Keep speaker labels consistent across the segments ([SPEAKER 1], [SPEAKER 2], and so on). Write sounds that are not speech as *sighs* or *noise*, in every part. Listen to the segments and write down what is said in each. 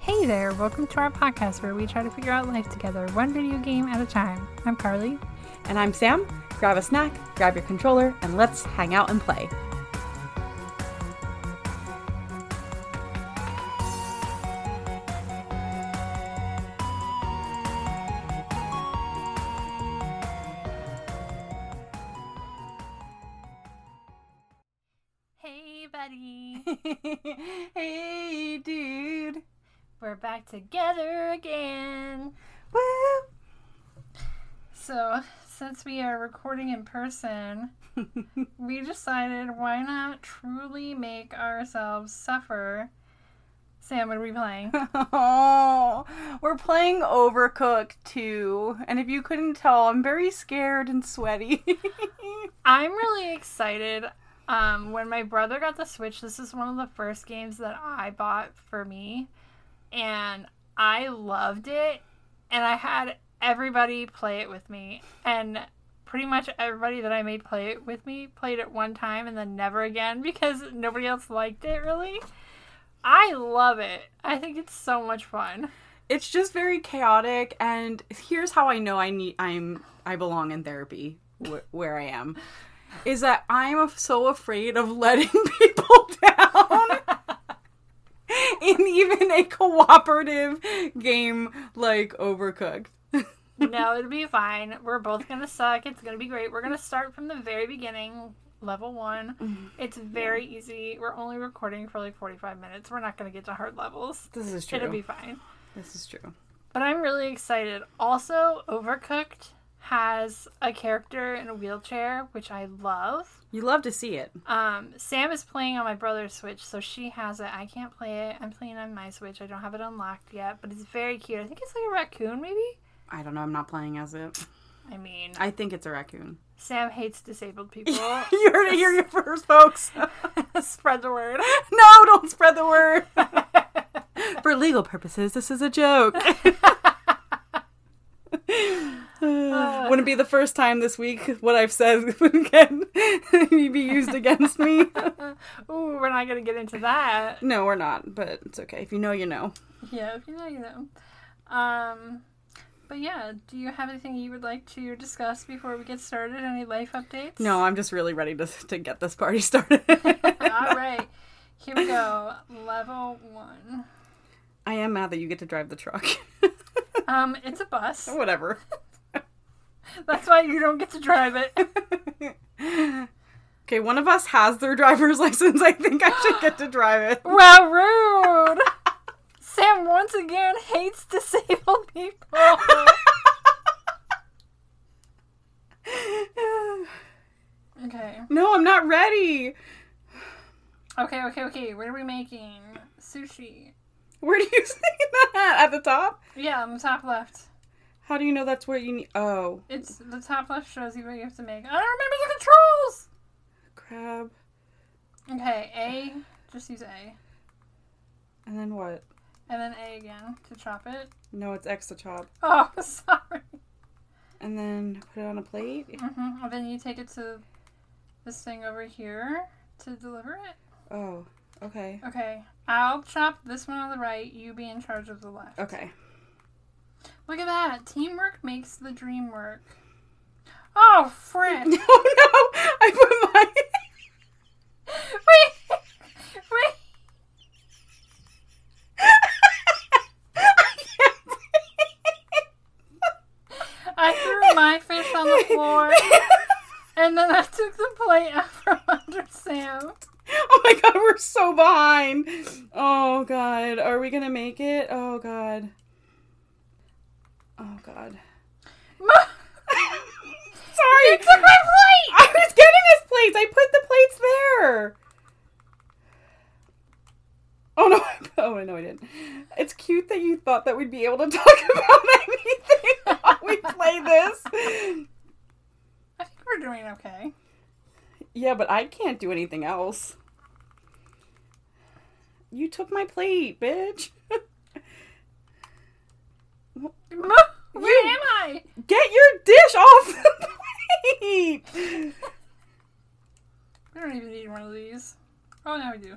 [SPEAKER 1] Hey there, welcome to our podcast where we try to figure out life together, one video game at a time. I'm Carly.
[SPEAKER 2] And I'm Sam. Grab a snack, grab your controller, and let's hang out and play.
[SPEAKER 1] Hey, buddy.
[SPEAKER 2] *laughs*
[SPEAKER 1] *laughs*
[SPEAKER 2] hey, dude.
[SPEAKER 1] We're back together again.
[SPEAKER 2] Woo! *laughs*
[SPEAKER 1] So, since we are recording in person, *laughs* we decided why not truly make ourselves suffer. Sam, what are we playing?
[SPEAKER 2] oh, we're playing Overcooked 2. And if you couldn't tell, I'm very scared and sweaty. *laughs*
[SPEAKER 1] I'm really excited. Um, when my brother got the Switch, this is one of the first games that I bought for me, and I loved it. And I had everybody play it with me, and pretty much everybody that I made play it with me played it one time and then never again *laughs* because nobody else liked it really. I love it. I think it's so much fun.
[SPEAKER 2] it's just very chaotic. And here's how I know I need, I'm, I belong in therapy wh- where I am. Is that I'm af- so afraid of letting *laughs* people down. *laughs* in even a cooperative game like Overcooked. *laughs*
[SPEAKER 1] no, it'll be fine. We're both gonna suck. It's gonna be great. We're gonna start from the very beginning, level one. It's very easy. We're only recording for like 45 minutes. We're not gonna get to hard levels.
[SPEAKER 2] This is
[SPEAKER 1] It'll be fine.
[SPEAKER 2] this is true.
[SPEAKER 1] But I'm really excited. Also, Overcooked has a character in a wheelchair, which I love.
[SPEAKER 2] You love to see it.
[SPEAKER 1] Um, Sam is playing on my brother's Switch, so she has it. I can't play it. I'm playing on my Switch. I don't have it unlocked yet, but it's very cute. I think it's like a raccoon, maybe?
[SPEAKER 2] I don't know. I'm not playing as it.
[SPEAKER 1] I mean,
[SPEAKER 2] I think it's a raccoon. *laughs*
[SPEAKER 1] Sam hates disabled people.
[SPEAKER 2] you heard it here first, folks.
[SPEAKER 1] *laughs*
[SPEAKER 2] no,
[SPEAKER 1] Spread the word.
[SPEAKER 2] *laughs* don't spread the word. *laughs* For legal purposes, this is a joke. *laughs* Wouldn't be the first time this week what I've said *laughs* would get be used against me. *laughs*
[SPEAKER 1] Ooh, we're not gonna get into that.
[SPEAKER 2] no, we're not, but it's okay. If you know, you know.
[SPEAKER 1] Yeah, if you know, you know. Um, but yeah, do you have anything you would like to discuss before we get started? Any life updates?
[SPEAKER 2] No, I'm just really ready to to get this party *laughs* started.
[SPEAKER 1] *laughs* All right, here we go. Level one.
[SPEAKER 2] I am mad that you get to drive the truck. *laughs*
[SPEAKER 1] Um, it's a *laughs* bus.
[SPEAKER 2] Whatever. *laughs*
[SPEAKER 1] That's why you don't get to drive it. *laughs*
[SPEAKER 2] Okay, one of us has their driver's *laughs* license. I think I should get to drive it.
[SPEAKER 1] Wow, rude.
[SPEAKER 2] *laughs*
[SPEAKER 1] Sam once again hates disabled people. *laughs* Okay.
[SPEAKER 2] *laughs* no, I'm not ready.
[SPEAKER 1] Okay, okay, okay. What are we making? Sushi.
[SPEAKER 2] Where do you *laughs* see that? At the top?
[SPEAKER 1] Yeah, on the top left.
[SPEAKER 2] How do you know that's where you need? Oh,
[SPEAKER 1] It's the top left shows you what you have to make. I don't remember the controls.
[SPEAKER 2] crab.
[SPEAKER 1] Okay, A. Just use A,
[SPEAKER 2] And then what?
[SPEAKER 1] and then A again to chop it. *laughs*
[SPEAKER 2] No, it's extra chop.
[SPEAKER 1] Oh, *laughs* sorry.
[SPEAKER 2] And then put it on a plate.
[SPEAKER 1] hmm And then you take it to this thing over here to deliver it.
[SPEAKER 2] Oh, okay.
[SPEAKER 1] Okay, I'll chop this one on the right. You be in charge of the left.
[SPEAKER 2] Okay. *laughs*
[SPEAKER 1] Look at that. Teamwork makes the dream work. Oh,
[SPEAKER 2] *laughs*
[SPEAKER 1] frick.
[SPEAKER 2] No, no, I put my. *laughs*
[SPEAKER 1] wait, wait.
[SPEAKER 2] I can't breathe.
[SPEAKER 1] I threw my fish on the
[SPEAKER 2] *laughs*
[SPEAKER 1] floor. And then I took the plate out from under Sam.
[SPEAKER 2] *laughs* oh my god, we're so behind. Oh god, are we gonna make it? Oh god. Oh god. *laughs* Sorry.
[SPEAKER 1] You took my plate!
[SPEAKER 2] I was getting his plates. I put the plates there. Oh no! *laughs* I- Oh no, I didn't. It's cute that you thought that we'd be able to *laughs* talk about anything while we play this.
[SPEAKER 1] I think we're doing okay.
[SPEAKER 2] Yeah, but I can't do anything else. You took my plate, bitch. *laughs*
[SPEAKER 1] Where am I?
[SPEAKER 2] Get your dish off the plate.
[SPEAKER 1] We don't
[SPEAKER 2] *laughs*
[SPEAKER 1] even need one of these. Oh, now we do.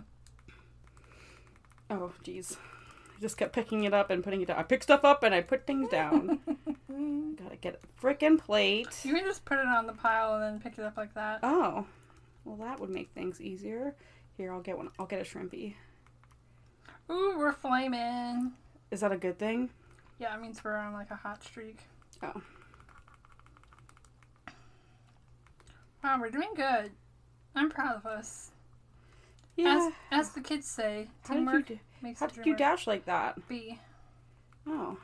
[SPEAKER 2] Oh, jeez. I just kept picking it up and putting it down. I pick stuff up and I put things
[SPEAKER 1] *laughs*
[SPEAKER 2] down. Gotta get a frickin' plate.
[SPEAKER 1] You can just put it on the pile and then pick it up like that.
[SPEAKER 2] Oh, well, that would make things easier. Here, I'll get one. I'll get a shrimpy.
[SPEAKER 1] Ooh, we're flaming.
[SPEAKER 2] Is that a good thing?
[SPEAKER 1] Yeah, it means we're on like a hot streak.
[SPEAKER 2] Oh,
[SPEAKER 1] Wow, we're doing good. I'm proud of us.
[SPEAKER 2] yeah.
[SPEAKER 1] As, as the kids say,
[SPEAKER 2] how did you
[SPEAKER 1] teamwork
[SPEAKER 2] do,
[SPEAKER 1] makes
[SPEAKER 2] how
[SPEAKER 1] the
[SPEAKER 2] did you
[SPEAKER 1] dreamer
[SPEAKER 2] dash like that?
[SPEAKER 1] be.
[SPEAKER 2] Oh,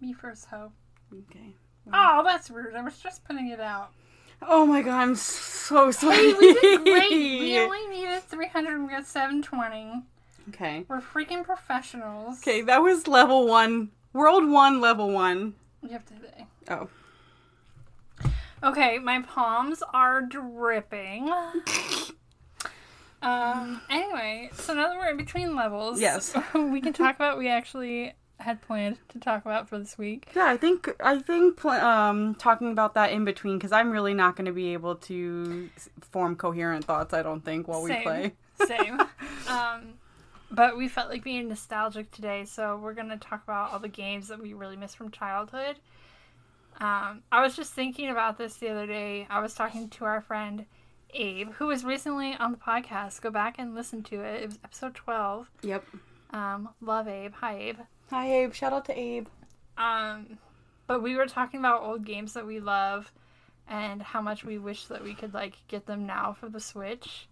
[SPEAKER 1] Me first, ho.
[SPEAKER 2] okay.
[SPEAKER 1] Oh, that's rude. I was just putting it out.
[SPEAKER 2] Oh my god, I'm so sorry.
[SPEAKER 1] Hey, *laughs* we did great.
[SPEAKER 2] *laughs*
[SPEAKER 1] we only needed 300 and we got 720.
[SPEAKER 2] okay.
[SPEAKER 1] We're freaking professionals.
[SPEAKER 2] Okay, that was level one, world one, level one.
[SPEAKER 1] You have to say.
[SPEAKER 2] Oh,
[SPEAKER 1] Okay, my palms are
[SPEAKER 2] *laughs*
[SPEAKER 1] dripping. um. Anyway, so now that we're in between levels,
[SPEAKER 2] Yes.
[SPEAKER 1] *laughs* we can talk about what we actually had planned to talk about for this week.
[SPEAKER 2] yeah. I think I think pl- um, talking about that in between because I'm really not going to be able to s- form coherent thoughts. I don't think while we
[SPEAKER 1] Same.
[SPEAKER 2] play. *laughs*
[SPEAKER 1] Same. um, but we felt like being nostalgic today, so we're gonna talk about all the games that we really miss from childhood. Um, I was just thinking about this the other day. I was talking to our friend Abe, who was recently on the podcast. Go back and listen to it. It was episode twelve.
[SPEAKER 2] Yep.
[SPEAKER 1] Um, love Abe. Hi Abe.
[SPEAKER 2] Hi, Abe. Shout out to Abe.
[SPEAKER 1] Um, but we were talking about old games that we love and how much we wish that we could like get them now for the Switch.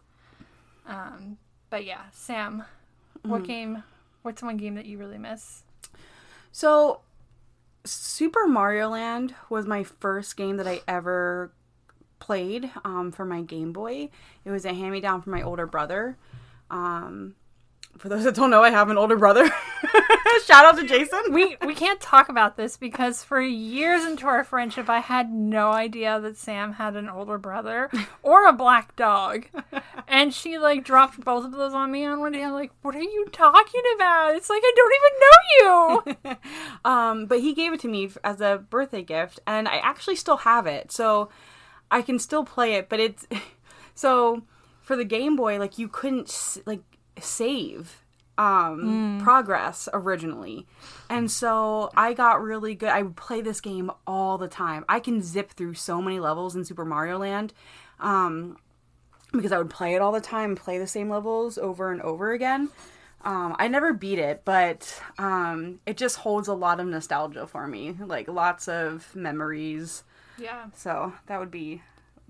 [SPEAKER 1] Um, but yeah, Sam, what game? What's one game that you really miss?
[SPEAKER 2] So, Super Mario Land was my first game that I ever played um, for my Game Boy. It was a hand me down from my older brother. Um, for those that don't know, I have an older brother. *laughs* Shout out to Jason.
[SPEAKER 1] We we can't talk about this because for years into our friendship, I had no idea that Sam had an older brother or a black dog, and she like dropped both of those on me on one day. I'm like, "What are you talking about?" It's like I don't even know you.
[SPEAKER 2] Um, but he gave it to me f- as a birthday gift, and I actually still have it, so I can still play it. But it's *laughs* so for the Game Boy, like you couldn't s- like save um progress originally and so i got really good i would play this game all the time i can zip through so many levels in super mario land um because i would play it all the time play the same levels over and over again um, I never beat it, but um, it just holds a lot of nostalgia for me, like lots of memories.
[SPEAKER 1] yeah.
[SPEAKER 2] So that would be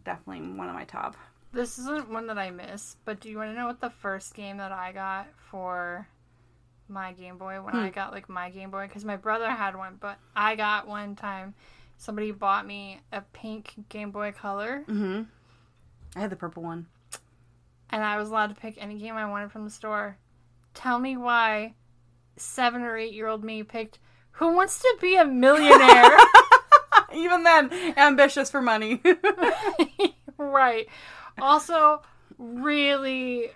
[SPEAKER 2] definitely one of my top.
[SPEAKER 1] This isn't one that I miss, but do you want to know what the first game that I got for my Game Boy when I got like my Game Boy? Because my brother had one, but I got one time. Somebody bought me a pink Game Boy Color,
[SPEAKER 2] Mm-hmm. I had the purple one. *laughs*
[SPEAKER 1] and I was allowed to pick any game I wanted from the store. Tell me why seven or eight year old me picked Who Wants to Be a Millionaire?
[SPEAKER 2] Even then, ambitious for money. *laughs*
[SPEAKER 1] right. Also, really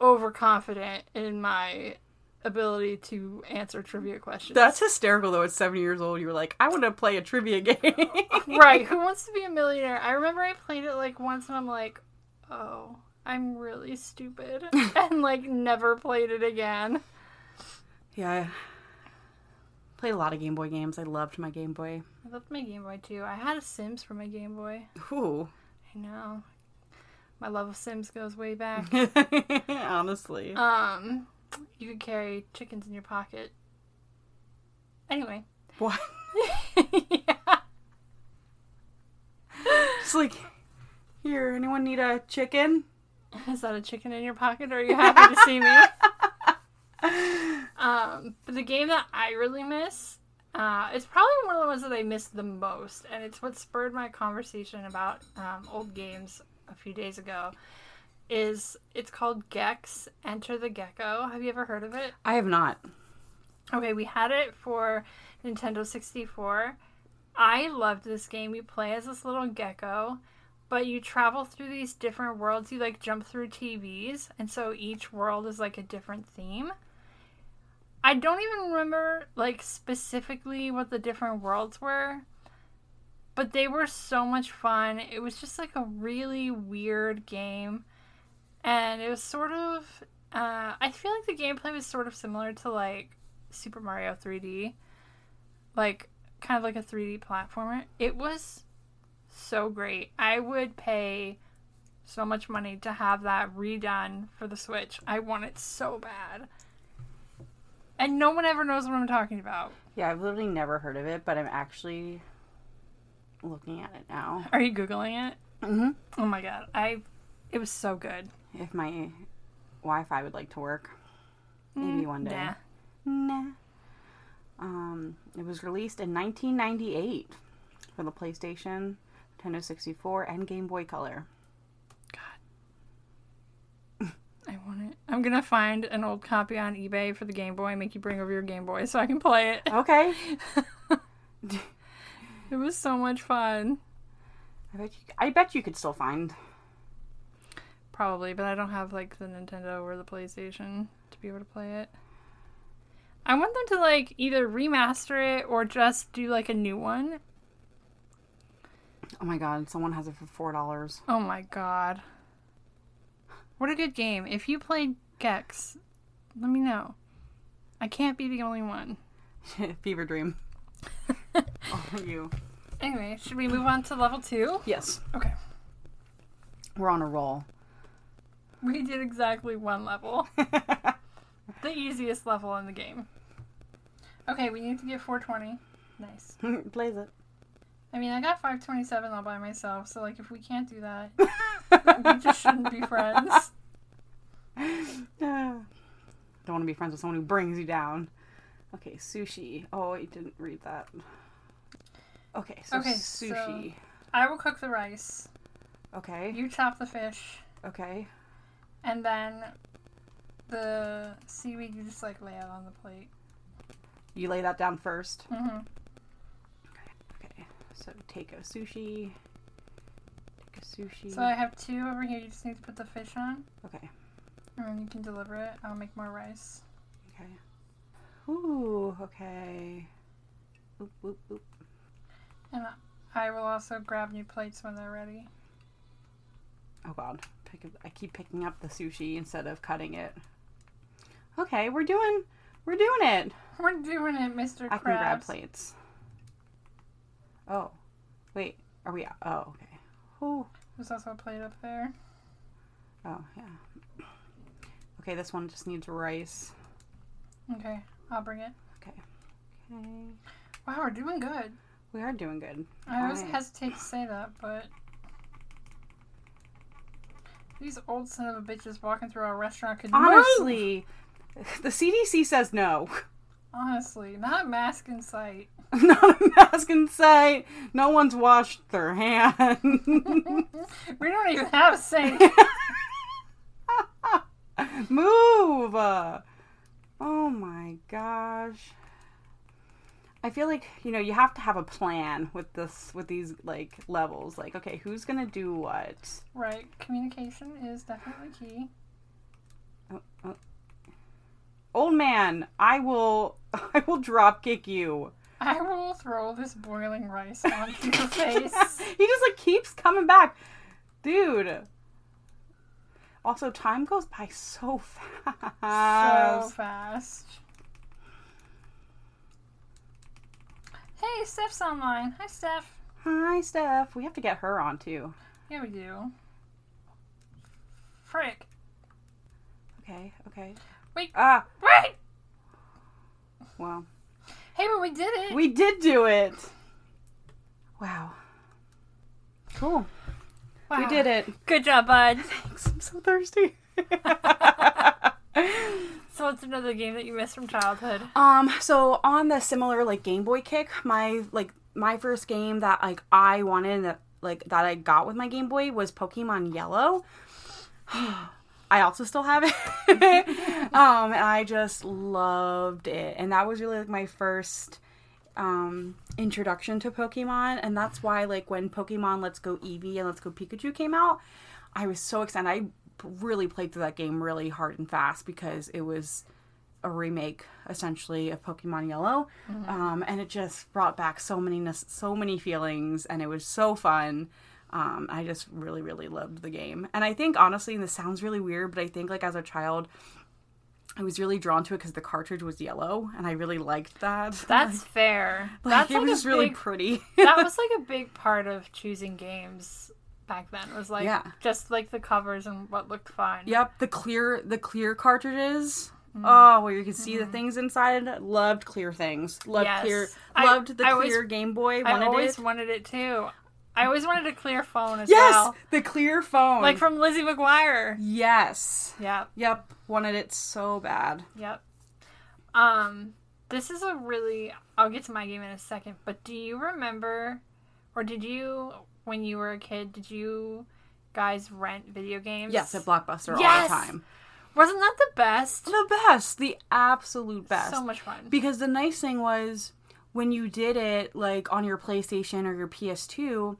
[SPEAKER 1] overconfident in my ability to answer trivia questions.
[SPEAKER 2] That's hysterical, though. At seven years old, you were like, "I want to play a trivia game." *laughs*
[SPEAKER 1] right. Who wants to be a millionaire? I remember I played it like once and I'm like, oh, I'm really stupid. and like never played it again.
[SPEAKER 2] yeah, I played a lot of Game Boy games. I loved my Game Boy.
[SPEAKER 1] I loved my Game Boy too. I had a Sims for my Game Boy.
[SPEAKER 2] Ooh, *laughs*
[SPEAKER 1] I know. My love of Sims goes way back.
[SPEAKER 2] *laughs* honestly.
[SPEAKER 1] Um, you could carry chickens in your pocket. Anyway. *laughs*
[SPEAKER 2] *laughs* what?
[SPEAKER 1] yeah.
[SPEAKER 2] It's like, here, anyone need a chicken?
[SPEAKER 1] *laughs* Is that a chicken in your pocket or are you happy to see me? um, but the game that I really miss, uh, it's probably one of the ones that I miss the most, and it's what spurred my conversation about um, old games a few days ago. Is it's called Gex Enter the Gecko? Have you ever heard of it?
[SPEAKER 2] I have not.
[SPEAKER 1] Okay, we had it for Nintendo 64. I loved this game. You play as this little gecko, but you travel through these different worlds. You like jump through TVs, and so each world is like a different theme. I don't even remember like specifically what the different worlds were, but they were so much fun. It was just like a really weird game, and it was sort of Uh, I feel like the gameplay was sort of similar to like Super Mario 3D, like kind of like a 3D platformer. It was so great. I would pay so much money to have that redone for the Switch. I want it so bad. And no one ever knows what I'm talking about.
[SPEAKER 2] Yeah, I've literally never heard of it, but I'm actually looking at it now.
[SPEAKER 1] Are you googling it?
[SPEAKER 2] Mm-hmm.
[SPEAKER 1] Oh my god, I it was so good.
[SPEAKER 2] If my Wi-Fi would like to work, maybe one day.
[SPEAKER 1] Nah.
[SPEAKER 2] Mm, Nah. Um, it was released in 1998 for the PlayStation, Nintendo 64, and Game Boy Color.
[SPEAKER 1] God. I want it. I'm gonna find an old copy on eBay for the Game Boy and make you bring over your Game Boy so I can play it.
[SPEAKER 2] Okay.
[SPEAKER 1] It was so much fun.
[SPEAKER 2] I bet you. I bet you could still find.
[SPEAKER 1] Probably, but I don't have like the Nintendo or the PlayStation to be able to play it. I want them to like either remaster it or just do like a new one.
[SPEAKER 2] Oh my god! Someone has it for four dollars. *laughs*
[SPEAKER 1] Oh my god. What a good game. If you played Gex, let me know. I can't be the only one.
[SPEAKER 2] Fever *laughs* dream. All for you.
[SPEAKER 1] Anyway, should we move on to level two? *laughs*
[SPEAKER 2] Yes.
[SPEAKER 1] Okay.
[SPEAKER 2] We're on a roll. *laughs*
[SPEAKER 1] We did exactly one level. the easiest level in the game. Okay, we need to get 420. Nice.
[SPEAKER 2] Plays it.
[SPEAKER 1] I mean, I got 527 all by myself, so like if we can't do
[SPEAKER 2] *laughs*
[SPEAKER 1] that, we just shouldn't be friends.
[SPEAKER 2] Ah. Don't want to be friends with someone who brings you down. Okay, sushi. Oh, I didn't read that. Okay, so
[SPEAKER 1] Okay, so-
[SPEAKER 2] sushi.
[SPEAKER 1] I will cook the rice,
[SPEAKER 2] Okay,
[SPEAKER 1] you chop the fish,
[SPEAKER 2] okay.
[SPEAKER 1] and then the seaweed you just like lay out on the plate.
[SPEAKER 2] You lay that down first.
[SPEAKER 1] Mm-hmm.
[SPEAKER 2] Okay, so take a sushi. Take a sushi.
[SPEAKER 1] So I have two over here, you just need to put the fish on,
[SPEAKER 2] okay,
[SPEAKER 1] and then you can deliver it. I'll make more rice.
[SPEAKER 2] okay. Ooh, okay. Oop, oop, oop.
[SPEAKER 1] And I will also grab new plates when they're ready. *laughs*
[SPEAKER 2] Oh god, Pick up, I keep picking up the sushi instead of cutting it. Okay, we're doing, we're doing it.
[SPEAKER 1] We're doing it, Mr. Krabs.
[SPEAKER 2] I can grab plates. Oh, wait. Are we? Oh, okay. Oh,
[SPEAKER 1] There's also a plate up there.
[SPEAKER 2] oh, yeah. Okay, this one just needs rice.
[SPEAKER 1] Okay, I'll bring it.
[SPEAKER 2] Okay,
[SPEAKER 1] Wow, we're doing good.
[SPEAKER 2] we are doing good.
[SPEAKER 1] I always
[SPEAKER 2] Alright.
[SPEAKER 1] hesitate to say that, but these old son of a bitches walking through a restaurant could move.
[SPEAKER 2] Honestly, the CDC says no. *laughs*
[SPEAKER 1] honestly, not mask in sight.
[SPEAKER 2] Not a mask in sight. No one's washed their *laughs* hand.
[SPEAKER 1] We don't even have a sink.
[SPEAKER 2] *laughs* Move! Uh, Oh my gosh. I feel like, you know, you have to have a plan with this with these like levels. Like, okay, who's going to do what?
[SPEAKER 1] right, communication is definitely key.
[SPEAKER 2] Old man, I will *laughs* I will drop kick you.
[SPEAKER 1] I will throw this boiling rice
[SPEAKER 2] *laughs*
[SPEAKER 1] onto your face.
[SPEAKER 2] he just like keeps coming back. Dude. Also, time goes by so fast.
[SPEAKER 1] so fast. Hey, Steph's online. Hi, Steph.
[SPEAKER 2] Hi, Steph. We have to get her on too.
[SPEAKER 1] Yeah, we do. Frick.
[SPEAKER 2] Okay, okay.
[SPEAKER 1] Wait.
[SPEAKER 2] Ah,
[SPEAKER 1] Wait!
[SPEAKER 2] well.
[SPEAKER 1] Hey, but we did it!
[SPEAKER 2] We did do it. Wow. Cool. We
[SPEAKER 1] Wow.
[SPEAKER 2] did it.
[SPEAKER 1] Good job, bud.
[SPEAKER 2] Thanks. I'm so thirsty.
[SPEAKER 1] So it's another game that you missed from childhood.
[SPEAKER 2] *laughs* um so on the similar like Game Boy kick, my like my first game that like I wanted and that like that I got with my Game Boy was Pokemon Yellow. *sighs* I also still have it. *laughs* um and I just loved it. And that was really like my first um introduction to Pokemon and that's why like when Pokemon Let's Go Eevee and Let's Go Pikachu came out, I was so excited. I really played through that game really hard and fast because it was a remake essentially of Pokemon Yellow. Um and it just brought back so many nos- so many feelings and it was so fun. Um, I just really, really loved the game. And I think honestly, and this sounds really weird, but I think like as a child, I was really drawn to it because the cartridge was yellow, and I really liked that. *laughs*
[SPEAKER 1] That's fair.
[SPEAKER 2] like,
[SPEAKER 1] That's
[SPEAKER 2] it
[SPEAKER 1] like
[SPEAKER 2] was
[SPEAKER 1] a
[SPEAKER 2] really *laughs*
[SPEAKER 1] big,
[SPEAKER 2] pretty.
[SPEAKER 1] that was like a big part of choosing games back then. Was like
[SPEAKER 2] Yeah.
[SPEAKER 1] just like the covers and what looked fun.
[SPEAKER 2] Yep, the clear the clear cartridges. Oh, where you could see the things inside. Loved clear things. Loved
[SPEAKER 1] Yes.
[SPEAKER 2] clear.
[SPEAKER 1] I-
[SPEAKER 2] Loved the
[SPEAKER 1] I always-
[SPEAKER 2] clear Game Boy.
[SPEAKER 1] I
[SPEAKER 2] Wanted
[SPEAKER 1] always
[SPEAKER 2] it.
[SPEAKER 1] wanted it too. I always wanted a clear phone as
[SPEAKER 2] Yes,
[SPEAKER 1] well,
[SPEAKER 2] the clear phone.
[SPEAKER 1] like from Lizzie McGuire.
[SPEAKER 2] yes.
[SPEAKER 1] Yep.
[SPEAKER 2] Yep, wanted it so bad.
[SPEAKER 1] Yep. Um, this is a really. I'll get to my game in a second, but do you remember, or did you, when you were a kid, did you guys rent video games?
[SPEAKER 2] Yes, at Blockbuster all the
[SPEAKER 1] Yes!
[SPEAKER 2] time.
[SPEAKER 1] Wasn't that the best?
[SPEAKER 2] The best, the absolute best.
[SPEAKER 1] So much fun.
[SPEAKER 2] Because the nice thing was when you did it like on your PlayStation or your PS2,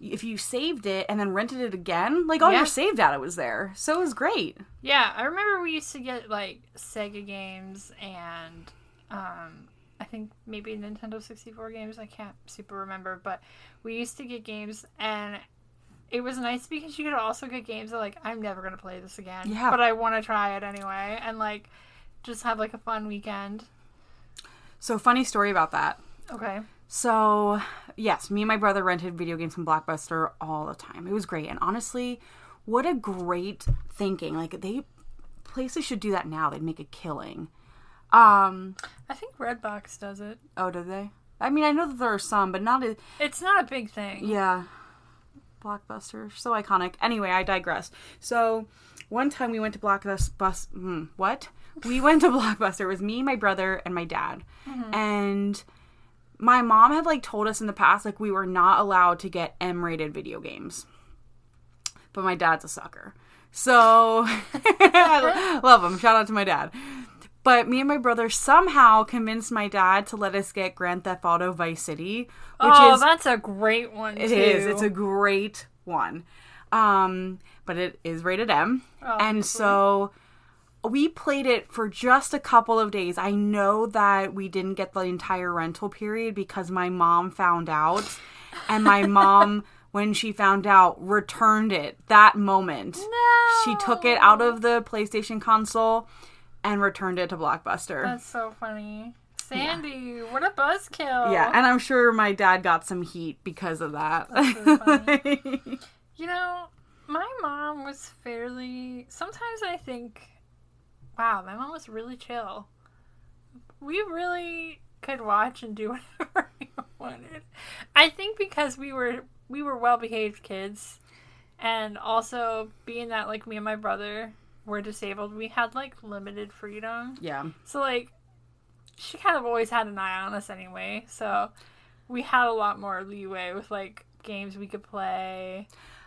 [SPEAKER 2] if you saved it and then rented it again, like all
[SPEAKER 1] Yeah.
[SPEAKER 2] your saved data was there. So it was great.
[SPEAKER 1] yeah, I remember we used to get like Sega games and, um, I think maybe Nintendo sixty four games. I can't super remember, but we used to get games and. It was nice because you could also get games that like I'm never gonna play this again,
[SPEAKER 2] Yeah.
[SPEAKER 1] but I want to try it anyway, and like just have like a fun weekend.
[SPEAKER 2] So funny story about that.
[SPEAKER 1] Okay.
[SPEAKER 2] So, yes, me and my brother rented video games from Blockbuster all the time. It was great. And honestly, what a great thinking. Like they places should do that now. They'd make a killing. Um,
[SPEAKER 1] I think Redbox does it.
[SPEAKER 2] oh, do they? I mean, I know that there are some, but not as
[SPEAKER 1] It's not a big thing.
[SPEAKER 2] Yeah. Blockbuster. So iconic. Anyway, I digress. So one time we went to Blockbuster. Mm, what? We went to *laughs* Blockbuster. It was me, my brother, and my dad. And my mom had like told us in the past like we were not allowed to get M rated video games. But my dad's a sucker. So *laughs* I love him. Shout out to my dad. But me and my brother somehow convinced my dad to let us get Grand Theft Auto Vice City, which
[SPEAKER 1] oh,
[SPEAKER 2] is
[SPEAKER 1] that's a great one.
[SPEAKER 2] it is. It's a great one. Um, but it is rated M. and so we played it for just a couple of days. I know that we didn't get the entire rental period because my mom found out. And my mom, when she found out, returned it that moment. She took it out of the PlayStation console and returned it to Blockbuster.
[SPEAKER 1] That's so funny. Sandy, what a buzzkill.
[SPEAKER 2] yeah, and I'm sure my dad got some heat because of that.
[SPEAKER 1] You know, my mom was fairly. Sometimes I think, wow, my mom was really chill. We really could watch and do *laughs* whatever we wanted. I think because we were we were well behaved kids, and also being that like me and my brother were disabled, we had like limited freedom.
[SPEAKER 2] *laughs* yeah.
[SPEAKER 1] So like, she kind of always had an eye on us anyway. So we had a lot more leeway with like games we could play.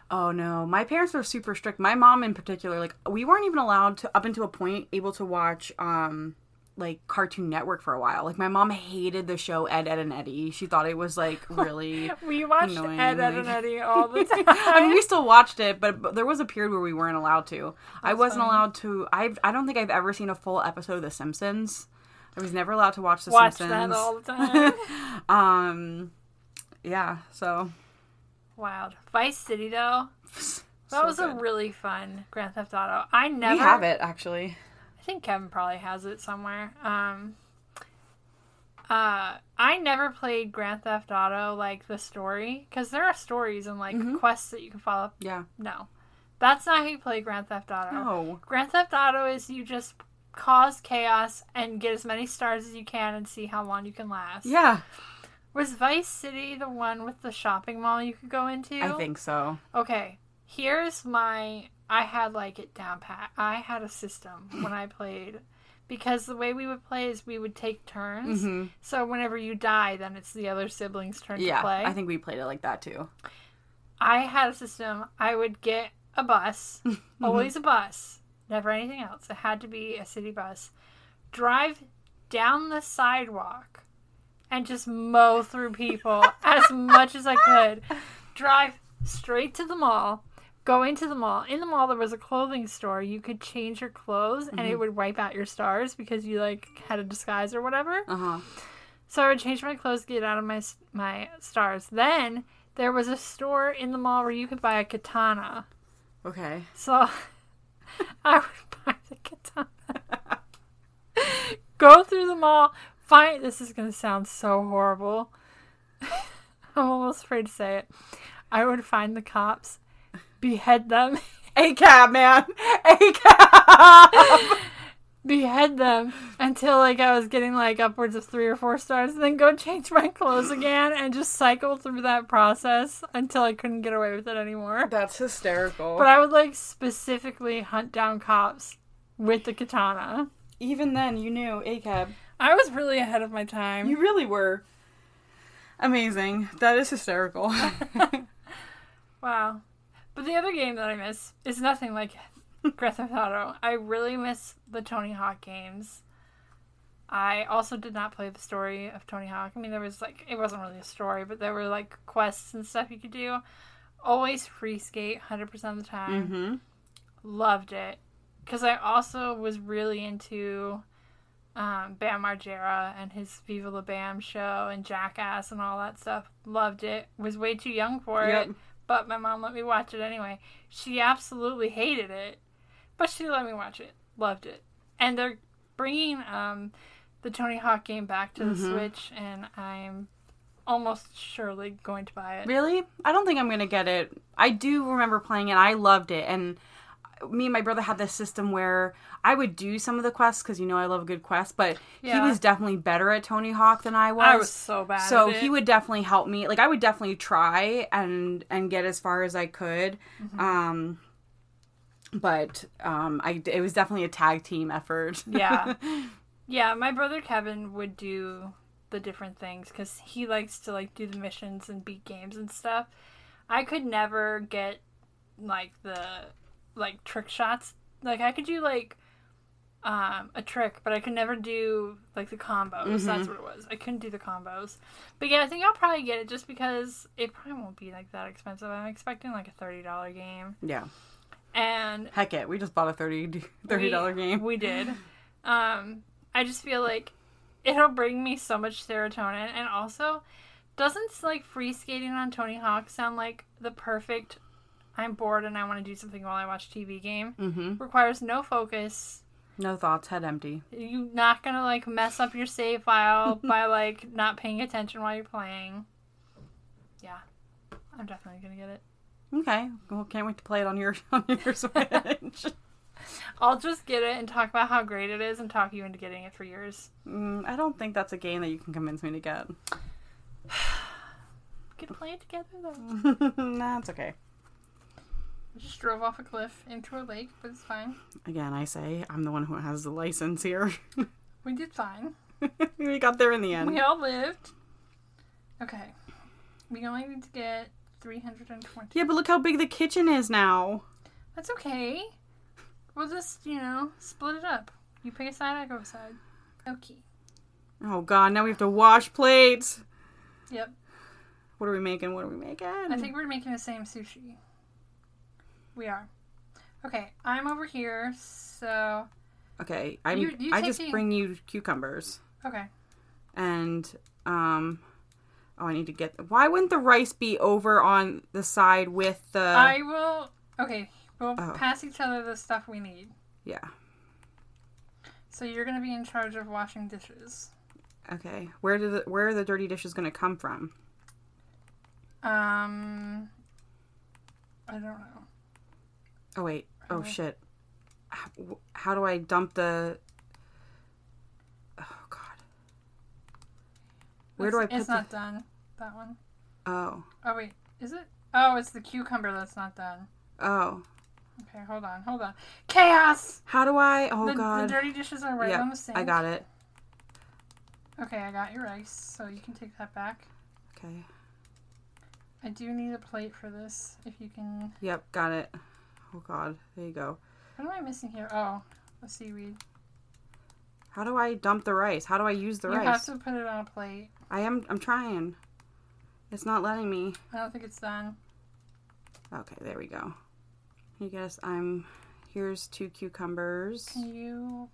[SPEAKER 2] Oh no, my parents were super strict. My mom in particular, like we weren't even allowed to up until a point able to watch um like Cartoon Network for a while. Like my mom hated the show Ed Ed and Eddie. She thought it
[SPEAKER 1] *laughs*
[SPEAKER 2] was like really
[SPEAKER 1] We watched
[SPEAKER 2] Annoying,
[SPEAKER 1] Ed, Ed,
[SPEAKER 2] like-
[SPEAKER 1] and Eddie all the time.
[SPEAKER 2] *laughs* I mean, we still watched it, but, but there was a period where we weren't allowed to. I wasn't
[SPEAKER 1] funny.
[SPEAKER 2] allowed to. I I don't think I've ever seen a full episode of The Simpsons. I was never allowed to watch The
[SPEAKER 1] watched that
[SPEAKER 2] Simpsons.
[SPEAKER 1] all the
[SPEAKER 2] *laughs*
[SPEAKER 1] time.
[SPEAKER 2] um, yeah. So
[SPEAKER 1] Wild. Vice City, though. That
[SPEAKER 2] So
[SPEAKER 1] was a
[SPEAKER 2] good.
[SPEAKER 1] really fun Grand Theft Auto. I never.
[SPEAKER 2] we have it actually.
[SPEAKER 1] I think Kevin probably has it somewhere. Um, uh, I never played Grand Theft Auto, like the story, because there are stories and like
[SPEAKER 2] Mm-hmm.
[SPEAKER 1] quests that you can follow.
[SPEAKER 2] Yeah.
[SPEAKER 1] No. That's not how you play Grand Theft Auto.
[SPEAKER 2] Oh.
[SPEAKER 1] Grand Theft Auto is you just cause chaos and get as many stars as you can and see how long you can last.
[SPEAKER 2] Yeah.
[SPEAKER 1] Was Vice City the one with the shopping mall you could go into?
[SPEAKER 2] I think so.
[SPEAKER 1] Okay, here's my. I had like it down pat. I had a system when I played because the way we would play is we would take turns.
[SPEAKER 2] Mhm.
[SPEAKER 1] So whenever you die, then it's the other sibling's turn
[SPEAKER 2] Yeah,
[SPEAKER 1] to play.
[SPEAKER 2] I think we played it like that too.
[SPEAKER 1] I had a system. I would get a bus, always a bus, never anything else. It had to be a city bus. Drive down the sidewalk and just mow through people as much as I could. Drive straight to the mall. Go into the mall. In the mall, there was a clothing store. You could change your clothes, and it would wipe out your stars because you like had a disguise or whatever.
[SPEAKER 2] Uh huh.
[SPEAKER 1] So I would change my clothes, get out of my s- my stars. Then there was a store in the mall where you could buy a katana.
[SPEAKER 2] Okay.
[SPEAKER 1] *laughs* So I would buy the katana. *laughs* go through them all. Find this is going to sound so horrible. *laughs* I'm almost afraid to say it. I would find the cops, behead them,
[SPEAKER 2] A cab, man. A *laughs* cab.
[SPEAKER 1] behead them until like I was getting like upwards of three or four stars, and then go change my clothes again and just cycle through that process until I couldn't get away with it anymore.
[SPEAKER 2] That's hysterical.
[SPEAKER 1] But I would like specifically hunt down cops with the katana.
[SPEAKER 2] even then, you knew A cab.
[SPEAKER 1] I was really ahead of my time.
[SPEAKER 2] You really were amazing. That is *laughs* hysterical.
[SPEAKER 1] Wow. But the other game that I miss is nothing like *laughs* Grand Theft Auto. I really miss the Tony Hawk games. I also did not play the story of Tony Hawk. I mean, there was like, it wasn't really a story, but there were like quests and stuff you could do. Always free skate 100% of the time.
[SPEAKER 2] mm-hmm.
[SPEAKER 1] Loved it. Because I also was really into um, Bam Margera and his Viva La Bam show and Jackass and all that stuff. Loved it. Was way too young for
[SPEAKER 2] Yep.
[SPEAKER 1] it but my mom let me watch it anyway. She absolutely hated it, but she let me watch it. Loved it. And they're bringing um, the Tony Hawk game back to the
[SPEAKER 2] Mhm.
[SPEAKER 1] Switch, and I'm almost surely going to buy it.
[SPEAKER 2] Really? I don't think I'm going to get it. I do remember playing it. I loved it. And me and my brother had this system where I would do some of the quests because you know I love a good quest, but he
[SPEAKER 1] Yeah.
[SPEAKER 2] was definitely better at Tony Hawk than I was.
[SPEAKER 1] I was so bad.
[SPEAKER 2] so
[SPEAKER 1] at it.
[SPEAKER 2] he would definitely help me. Like I would definitely try and and get as far as I could. Um but um I it was definitely a tag team *laughs* effort.
[SPEAKER 1] yeah, yeah. My brother Kevin would do the different things because he likes to like do the missions and beat games and stuff. I could never get like the like trick shots. Like I could do like um a trick, but I could never do like the combos. That's what it was. I couldn't do the combos. But yeah, I think I'll probably get it just because it probably won't be like that expensive. I'm expecting like a thirty dollar game.
[SPEAKER 2] yeah.
[SPEAKER 1] And
[SPEAKER 2] Heck it. We just bought a 30 dollar
[SPEAKER 1] we-
[SPEAKER 2] game.
[SPEAKER 1] We
[SPEAKER 2] *laughs*
[SPEAKER 1] did. Um, I just feel like it'll bring me so much serotonin, and also, doesn't like free skating on Tony Hawk sound like the perfect? I'm bored and I want to do something while I watch TV game.
[SPEAKER 2] Mhm.
[SPEAKER 1] Requires no focus.
[SPEAKER 2] No thoughts, head empty.
[SPEAKER 1] You're not gonna like mess up your save
[SPEAKER 2] *laughs*
[SPEAKER 1] file by like not paying attention while you're playing. Yeah, I'm definitely gonna get it.
[SPEAKER 2] Okay. Well, can't wait to play it on your *laughs* on your Switch.
[SPEAKER 1] I'll just get it and talk about how great it is and talk you into getting it for years.
[SPEAKER 2] mm, I don't think that's a game that you can convince me to get.
[SPEAKER 1] We could play it together though.
[SPEAKER 2] *laughs* nah, it's okay.
[SPEAKER 1] I just drove off a cliff into a lake, but it's fine.
[SPEAKER 2] Again, I say I'm the one who has the license here. *laughs*
[SPEAKER 1] We did fine.
[SPEAKER 2] we got there in the end.
[SPEAKER 1] We all lived. Okay. We only need to get 320.
[SPEAKER 2] Yeah, but look how big the kitchen is now.
[SPEAKER 1] That's okay. We'll just, you know, split it up. You pay a side, I go a side. Okay.
[SPEAKER 2] Oh god, now we have to wash plates.
[SPEAKER 1] Yep.
[SPEAKER 2] What are we making? What are we making?
[SPEAKER 1] I think we're making the same sushi. We are. Okay, I'm over here, so.
[SPEAKER 2] Okay, I'm,
[SPEAKER 1] You- you
[SPEAKER 2] I
[SPEAKER 1] take
[SPEAKER 2] just
[SPEAKER 1] the-
[SPEAKER 2] bring you cucumbers
[SPEAKER 1] Okay.
[SPEAKER 2] and um. Oh, I need to get. Why wouldn't the rice be over on the side with the?
[SPEAKER 1] I will. Okay, we'll
[SPEAKER 2] Uh, Oh.
[SPEAKER 1] pass each other the stuff we need.
[SPEAKER 2] Yeah.
[SPEAKER 1] So you're gonna be in charge of washing dishes.
[SPEAKER 2] Okay. Where do the where are the dirty dishes going to come from?
[SPEAKER 1] Um, I don't know.
[SPEAKER 2] Oh wait. Oh
[SPEAKER 1] Okay.
[SPEAKER 2] shit. How, wh- how do I dump the? Oh god. Where do I
[SPEAKER 1] It's-
[SPEAKER 2] put
[SPEAKER 1] It's
[SPEAKER 2] the?
[SPEAKER 1] not done. That one.
[SPEAKER 2] Oh.
[SPEAKER 1] Oh wait, is it? Oh, it's the cucumber that's not done.
[SPEAKER 2] Oh.
[SPEAKER 1] Okay, hold on, hold on. Chaos.
[SPEAKER 2] How do I? Oh
[SPEAKER 1] the, the
[SPEAKER 2] god.
[SPEAKER 1] dirty dishes are right
[SPEAKER 2] Yep,
[SPEAKER 1] on the sink.
[SPEAKER 2] I got it.
[SPEAKER 1] Okay, I got your rice, so you can take that back.
[SPEAKER 2] Okay.
[SPEAKER 1] I do need a plate for this. If you can,
[SPEAKER 2] Yep. Got it. Oh god. There you go.
[SPEAKER 1] what am I missing here? Oh, the seaweed.
[SPEAKER 2] How do I dump the rice? How do I use the
[SPEAKER 1] you
[SPEAKER 2] rice?
[SPEAKER 1] have to put it on a plate.
[SPEAKER 2] I am. I'm trying. It's not letting me.
[SPEAKER 1] I don't think it's done.
[SPEAKER 2] Okay. There we go. I guess I'm. Here's two cucumbers.
[SPEAKER 1] Can you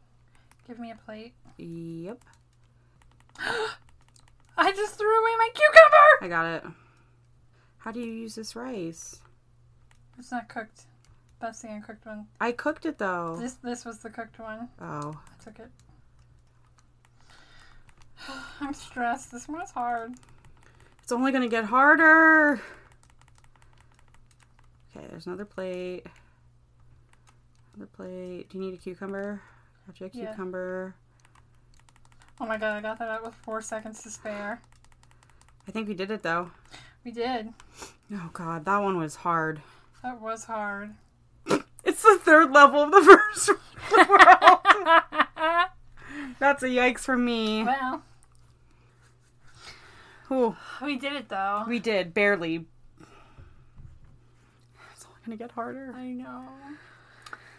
[SPEAKER 1] give me a plate? *gasps*
[SPEAKER 2] Yep.
[SPEAKER 1] I just threw away my cucumber.
[SPEAKER 2] I got it. How do you use this rice?
[SPEAKER 1] It's not cooked. That's the uncooked one.
[SPEAKER 2] Oh. I cooked it though.
[SPEAKER 1] This this was the cooked one.
[SPEAKER 2] Oh,
[SPEAKER 1] I took it. *sighs* I'm stressed. This one's hard.
[SPEAKER 2] It's only gonna get harder. Okay, there's another plate. Another plate. Do you need a cucumber? Got you a
[SPEAKER 1] Yeah.
[SPEAKER 2] cucumber.
[SPEAKER 1] Oh my god, I got that out with four seconds to spare.
[SPEAKER 2] I think we did it though.
[SPEAKER 1] We did.
[SPEAKER 2] Oh god, that one was hard.
[SPEAKER 1] That was hard.
[SPEAKER 2] It's the third level of the *laughs* first world. That's a yikes from me.
[SPEAKER 1] well,
[SPEAKER 2] Ooh,
[SPEAKER 1] we did it though.
[SPEAKER 2] we did barely. It's only gonna get harder.
[SPEAKER 1] I know.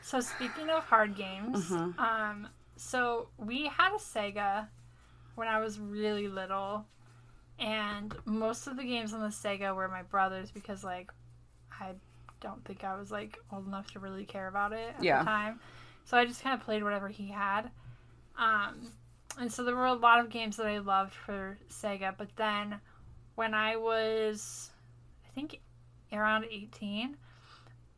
[SPEAKER 1] So speaking of hard games,
[SPEAKER 2] Mhm.
[SPEAKER 1] um, so we had a Sega when I was really little, and most of the games on the Sega were my brother's because like I don't think I was like old enough to really care about it at
[SPEAKER 2] Yeah.
[SPEAKER 1] the time, so I just kind of played whatever he had. Um, and so there were a lot of games that I loved for Sega, but then when I was, I think, around 18,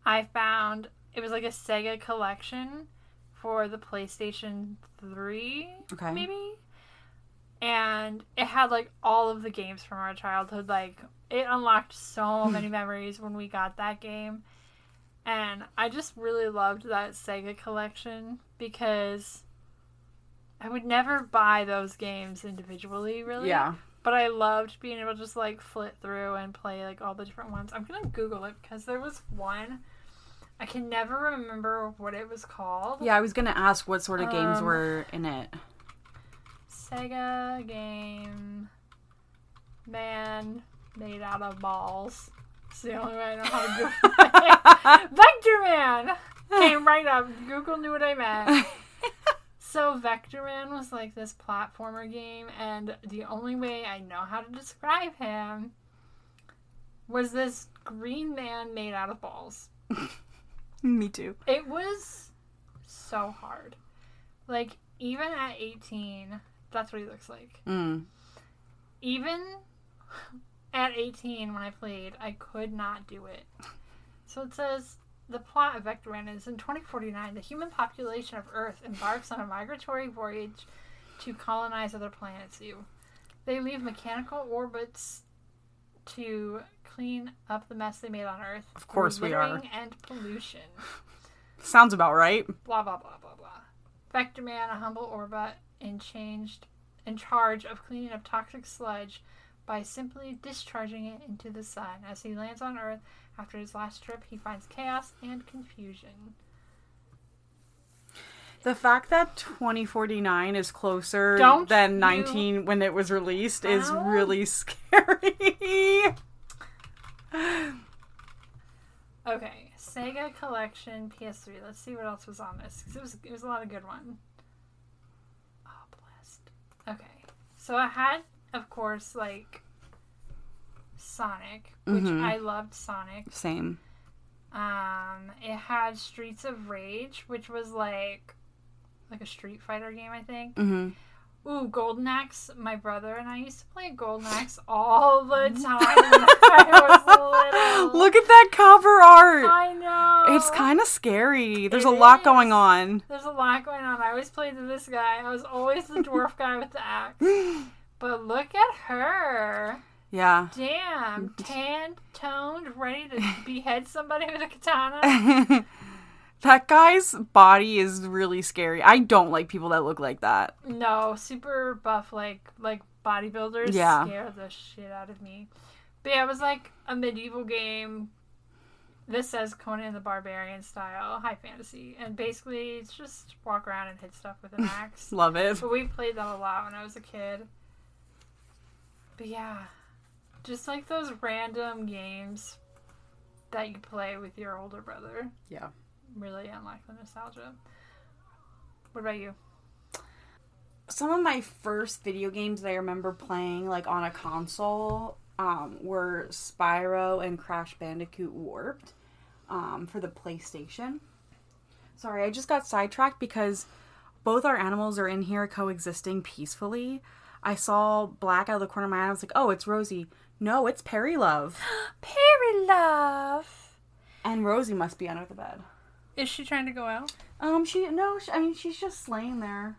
[SPEAKER 1] I found it was like a Sega collection for the PlayStation 3,
[SPEAKER 2] Okay.
[SPEAKER 1] maybe? And it had like all of the games from our childhood. Like, it unlocked so many memories when we got that game. And I just really loved that Sega collection because I would never buy those games individually, really.
[SPEAKER 2] Yeah.
[SPEAKER 1] But I loved being able to just like flit through and play like all the different ones. I'm gonna Google it because there was one I can never remember what it was called.
[SPEAKER 2] Yeah, I was gonna ask what sort of games
[SPEAKER 1] Um,
[SPEAKER 2] were in it.
[SPEAKER 1] Sega game man made out of balls. It's the only way I know how to Google it. Vector Man came right up. Google knew what I meant. So Vector Man was like this platformer game, and the only way I know how to describe him was this green man made out of balls.
[SPEAKER 2] *laughs* Me too.
[SPEAKER 1] It was so hard. Like even at 18, that's what he looks like.
[SPEAKER 2] Mm.
[SPEAKER 1] Even at 18 when I played, I could not do it. So it says the plot of Vector Man is in 2049, the human population of Earth embarks on a migratory voyage to colonize other planets. You. They leave mechanical orbits to clean up the mess they made on Earth.
[SPEAKER 2] Of course
[SPEAKER 1] through
[SPEAKER 2] we are.
[SPEAKER 1] littering And pollution
[SPEAKER 2] Sounds about right.
[SPEAKER 1] blah blah blah blah blah. Vector Man, a humble orbit in changed in charge of cleaning up toxic sludge by simply discharging it into the sun. As he lands on Earth after his last trip, he finds chaos and confusion.
[SPEAKER 2] The fact that 2049 is closer
[SPEAKER 1] Don't
[SPEAKER 2] than
[SPEAKER 1] you-
[SPEAKER 2] 19 when it was released is
[SPEAKER 1] How?
[SPEAKER 2] really *laughs* scary.
[SPEAKER 1] Okay, Sega Collection PS3. Let's see what else was on this 'cause it was it was a lot of good one. Oh, blessed. Okay, so I had, of course, like Sonic, which
[SPEAKER 2] Mhm.
[SPEAKER 1] I loved Sonic.
[SPEAKER 2] Same.
[SPEAKER 1] Um, it had Streets of Rage, which was like like a Street Fighter game, I think.
[SPEAKER 2] Mm-hmm.
[SPEAKER 1] Ooh, Golden Axe. My brother and I used to play Golden Axe all
[SPEAKER 2] *laughs*
[SPEAKER 1] the time. when I was little.
[SPEAKER 2] *gasps* Look at that cover art.
[SPEAKER 1] I know.
[SPEAKER 2] It's kind of scary. There's
[SPEAKER 1] It
[SPEAKER 2] a lot
[SPEAKER 1] is.
[SPEAKER 2] going on.
[SPEAKER 1] There's a lot going on. I always played to this guy. I was always the dwarf guy with the
[SPEAKER 2] *gasps*
[SPEAKER 1] axe. But look at her.
[SPEAKER 2] Yeah. *laughs*
[SPEAKER 1] Damn, tanned, toned, ready to behead somebody with a
[SPEAKER 2] *laughs*
[SPEAKER 1] katana.
[SPEAKER 2] that guy's body is really scary. I don't like people that look like that.
[SPEAKER 1] No, super buff like like bodybuilders
[SPEAKER 2] Yeah.
[SPEAKER 1] scare the shit out of me. But yeah, it was like a medieval game. This says Conan the Barbarian style, high fantasy, and basically it's just walk around and hit stuff with
[SPEAKER 2] *laughs*
[SPEAKER 1] an axe.
[SPEAKER 2] Love it.
[SPEAKER 1] but we played that a lot when I was a kid. But yeah, just like those random games that you play with your older brother
[SPEAKER 2] Yeah.
[SPEAKER 1] really unlock the nostalgia. What about you?
[SPEAKER 2] some of my first video games that I remember playing like on a console um, were Spyro and Crash Bandicoot Warped um, for the PlayStation. Sorry, I just got sidetracked because both our animals are in here coexisting peacefully. I saw black out of the corner of my eye. I was like, "Oh, it's Rosie." No, it's Perry Love,
[SPEAKER 1] Perry love.
[SPEAKER 2] and Rosie must be under the bed.
[SPEAKER 1] Is she trying to go out?
[SPEAKER 2] Um, she no, she, I mean she's just laying there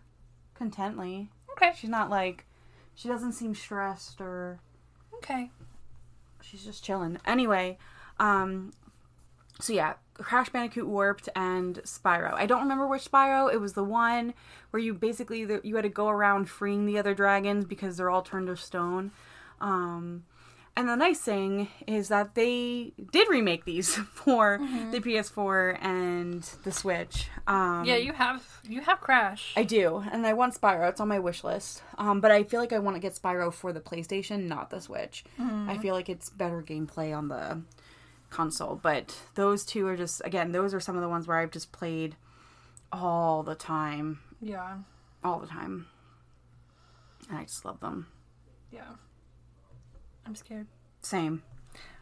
[SPEAKER 2] contently.
[SPEAKER 1] Okay.
[SPEAKER 2] She's not like She doesn't seem stressed or
[SPEAKER 1] Okay.
[SPEAKER 2] she's just chilling. Anyway, um, so yeah, Crash Bandicoot Warped and Spyro. I don't remember which Spyro. It was the one where you basically the, you had to go around freeing the other dragons because they're all turned to stone. Um, and the nice thing is that they did remake these *laughs* for the PS4 and the Switch. Um,
[SPEAKER 1] Yeah, you have you have Crash.
[SPEAKER 2] I do, and I want Spyro. It's on my wish list. Um, but I feel like I want to get Spyro for the PlayStation, not the Switch. I feel like it's better gameplay on the console. But those two are just again, those are some of the ones where I've just played all the time,
[SPEAKER 1] yeah.
[SPEAKER 2] all the time, and I just love them.
[SPEAKER 1] Yeah. I'm scared.
[SPEAKER 2] Same.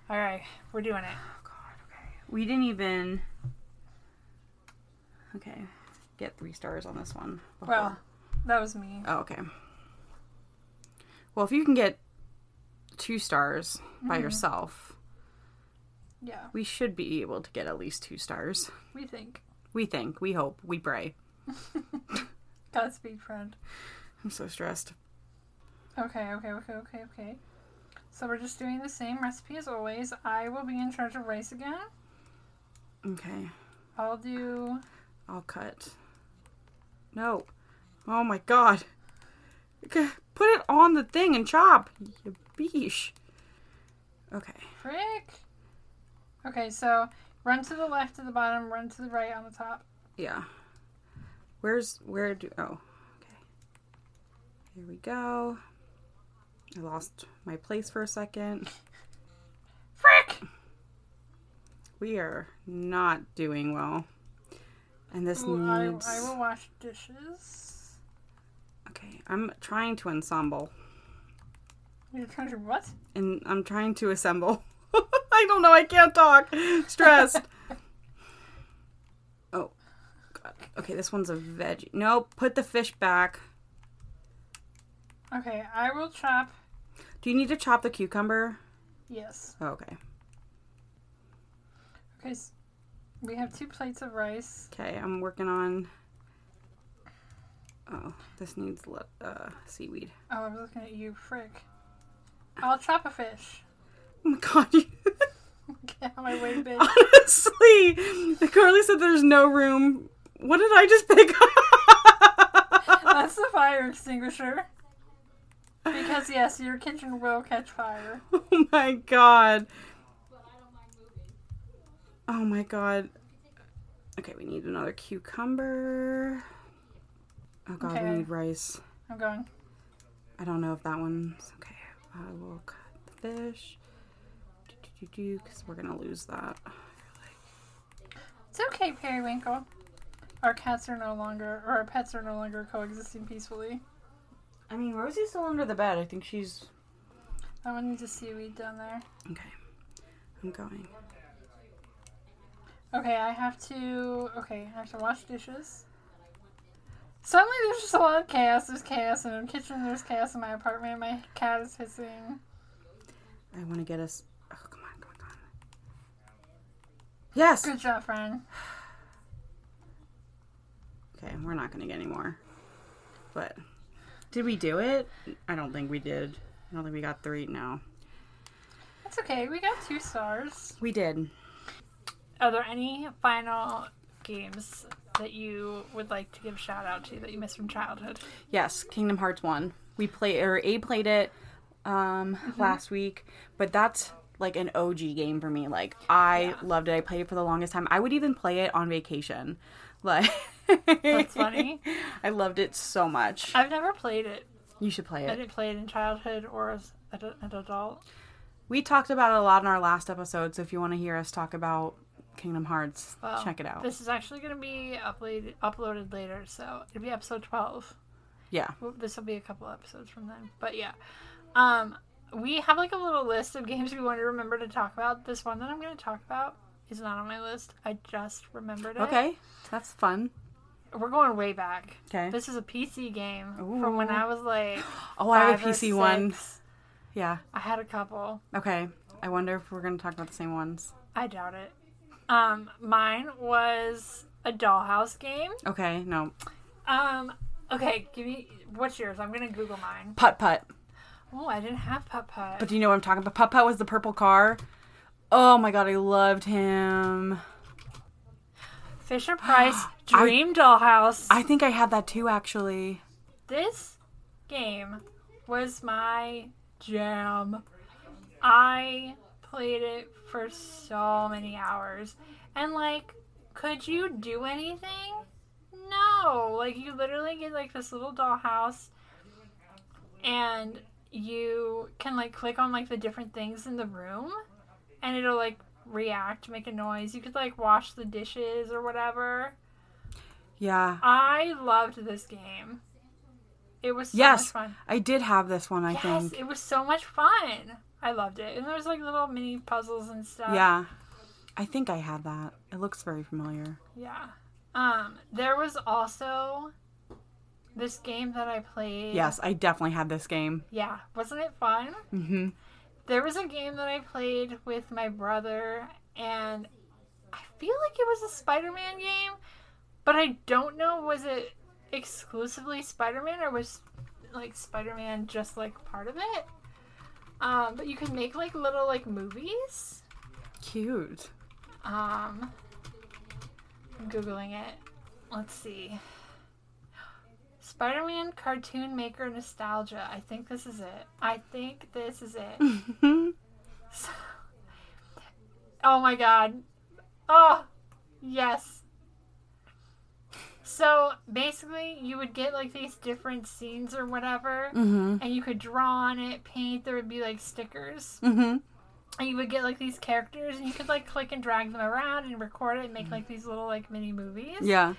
[SPEAKER 1] All right, we're doing it.
[SPEAKER 2] Oh God. Okay. We didn't even. Okay. Get three stars on this one. before.
[SPEAKER 1] Well, that was me.
[SPEAKER 2] Oh, okay. Well, if you can get two stars by yourself,
[SPEAKER 1] Yeah,
[SPEAKER 2] we should be able to get at least two stars.
[SPEAKER 1] we think.
[SPEAKER 2] We think, we hope, we pray.
[SPEAKER 1] Godspeed, friend.
[SPEAKER 2] I'm so stressed.
[SPEAKER 1] Okay, okay, okay, okay, okay. So we're just doing the same recipe as always. I will be in charge of rice again.
[SPEAKER 2] Okay,
[SPEAKER 1] I'll do.
[SPEAKER 2] I'll cut. No. Oh my god. Okay, Put it on the thing and chop. You beesh. Okay.
[SPEAKER 1] Frick! Okay, so run to the left at the bottom, run to the right on the top.
[SPEAKER 2] Yeah. Where's where do oh, okay. Here we go. I lost my place for a second.
[SPEAKER 1] Frick!
[SPEAKER 2] We are not doing well. And this
[SPEAKER 1] Ooh, Oh, I,
[SPEAKER 2] needs
[SPEAKER 1] I will wash dishes.
[SPEAKER 2] Okay, I'm trying to ensemble
[SPEAKER 1] You're trying to what?
[SPEAKER 2] and I'm trying to assemble. *laughs* I don't know, I can't talk.
[SPEAKER 1] *laughs*
[SPEAKER 2] Stressed. oh. God. Okay, this one's a veggie. No, put the fish back.
[SPEAKER 1] Okay, I will chop.
[SPEAKER 2] Do you need to chop the cucumber?
[SPEAKER 1] Yes.
[SPEAKER 2] Oh, okay.
[SPEAKER 1] Okay, s we have two plates of rice.
[SPEAKER 2] Okay, I'm working on. Oh, this needs le- uh, seaweed. *laughs*
[SPEAKER 1] Oh, I was looking at you, frick. I'll chop a fish. *laughs*
[SPEAKER 2] Oh my god, *laughs* you...
[SPEAKER 1] Get out of my
[SPEAKER 2] *laughs*
[SPEAKER 1] way, bitch.
[SPEAKER 2] honestly, Carly said there's no room. What did I just pick up? *laughs*
[SPEAKER 1] That's the fire extinguisher. Because, yes, your kitchen will catch fire.
[SPEAKER 2] oh my god. Oh my god. Okay, we need another cucumber. Oh god,
[SPEAKER 1] Okay.
[SPEAKER 2] we need rice.
[SPEAKER 1] I'm going.
[SPEAKER 2] I don't know if that one's okay. I will cut the fish. Do do because we're gonna lose that.
[SPEAKER 1] It's okay, Periwinkle. Our cats are no longer, or our pets are no longer coexisting peacefully.
[SPEAKER 2] I mean, Rosie's still under the bed. I think she's
[SPEAKER 1] That one needs a seaweed down there.
[SPEAKER 2] okay. I'm going.
[SPEAKER 1] Okay, I have to. Okay, I have to wash dishes. Suddenly, there's just a lot of chaos. There's chaos in the kitchen. There's chaos in my apartment. My cat is hissing.
[SPEAKER 2] I want to get us. Oh, come on, come on, come on. Yes.
[SPEAKER 1] Good job, friend.
[SPEAKER 2] Okay, we're not gonna get any more. But did we do it? I don't think we did. I don't think we got three. No,
[SPEAKER 1] That's okay. We got two stars.
[SPEAKER 2] we did.
[SPEAKER 1] Are there any final games that you would like to give shout out to that you missed from childhood?
[SPEAKER 2] Yes, Kingdom Hearts one. We play or A played it um
[SPEAKER 1] Mm-hmm.
[SPEAKER 2] last week, but that's like an OG game for me. Like I loved it. I played it for the longest time. I would even play it on vacation. *laughs* Like
[SPEAKER 1] That's funny.
[SPEAKER 2] *laughs* I loved it so much.
[SPEAKER 1] I've never played it.
[SPEAKER 2] You should play
[SPEAKER 1] I
[SPEAKER 2] it.
[SPEAKER 1] didn't play it in childhood or as an an adult.
[SPEAKER 2] We talked about it a lot in our last episode, so if you want to hear us talk about Kingdom Hearts,
[SPEAKER 1] Well,
[SPEAKER 2] check it out.
[SPEAKER 1] This is actually going to be uploaded uploaded later, so it'll be episode twelve.
[SPEAKER 2] yeah.
[SPEAKER 1] Well, This will be a couple episodes from then, but yeah, um, we have like a little list of games we want to remember to talk about. This one that I'm going to talk about is not on my list. I just remembered it.
[SPEAKER 2] Okay. That's fun.
[SPEAKER 1] we're going way back.
[SPEAKER 2] Okay.
[SPEAKER 1] This is a PC game from when
[SPEAKER 2] Ooh.
[SPEAKER 1] I was
[SPEAKER 2] *gasps*
[SPEAKER 1] like
[SPEAKER 2] Oh, I have a
[SPEAKER 1] five or
[SPEAKER 2] PC one.
[SPEAKER 1] six.
[SPEAKER 2] Yeah.
[SPEAKER 1] I had a couple.
[SPEAKER 2] Okay. I wonder if we're going to talk about the same ones.
[SPEAKER 1] I doubt it. Um, mine was a dollhouse game.
[SPEAKER 2] Okay. No.
[SPEAKER 1] Um, okay, give me what's yours? I'm gonna Google mine.
[SPEAKER 2] Putt putt.
[SPEAKER 1] Oh, I didn't have Putt Putt.
[SPEAKER 2] But do you know what I'm talking about? Putt Putt was the purple car. Oh my god, I loved him.
[SPEAKER 1] Fisher
[SPEAKER 2] *gasps*
[SPEAKER 1] Price Dream Dollhouse.
[SPEAKER 2] I think I had that too, actually.
[SPEAKER 1] this game was my jam. I played it for so many hours. And like, could you do anything? No. Like you literally get like this little dollhouse and you can like click on like the different things in the room and it'll like react, make a noise. You could like wash the dishes or whatever.
[SPEAKER 2] Yeah.
[SPEAKER 1] I loved this game. It was so
[SPEAKER 2] Yes.
[SPEAKER 1] much fun.
[SPEAKER 2] I did have this one, I
[SPEAKER 1] Yes,
[SPEAKER 2] think.
[SPEAKER 1] it was so much fun. I loved it. And there was like little mini puzzles and stuff.
[SPEAKER 2] Yeah. I think I had that. It looks very familiar.
[SPEAKER 1] Yeah. Um, there was also this game that I played.
[SPEAKER 2] Yes, I definitely had this game.
[SPEAKER 1] Yeah. Wasn't it fun?
[SPEAKER 2] hmm
[SPEAKER 1] There was a game that I played with my brother, and I feel like it was a Spider Man game, but I don't know was it exclusively Spider Man or was like Spider Man just like part of it? Um, but you could make like little like movies.
[SPEAKER 2] Cute. *laughs*
[SPEAKER 1] Um, I'm googling it. Let's see. Spider-Man cartoon maker nostalgia. I think this is it. I think this is it.
[SPEAKER 2] Mm-hmm.
[SPEAKER 1] So- oh my god. Oh, yes. So basically, you would get like these different scenes or whatever,
[SPEAKER 2] mm-hmm.
[SPEAKER 1] and you could draw on it, paint. There would be like stickers
[SPEAKER 2] Mm-hmm.
[SPEAKER 1] and you would get like these characters and you could like click and drag them around and record it and make like these little like mini movies
[SPEAKER 2] Yeah.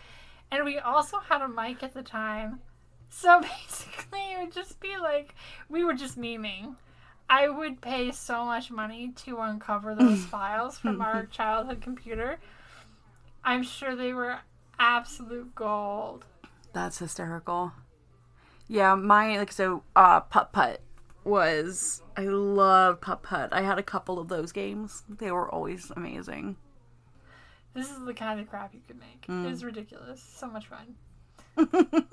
[SPEAKER 1] and we also had a mic at the time so *laughs* basically it would just be like we were just memeing i would pay so much money to uncover those files from our childhood computer i'm sure they were absolute gold
[SPEAKER 2] That's hysterical. Yeah, my like so uh putt putt was I love putt putt. I had a couple of those games. They were always amazing.
[SPEAKER 1] this is the kind of crap you could make it was ridiculous so much fun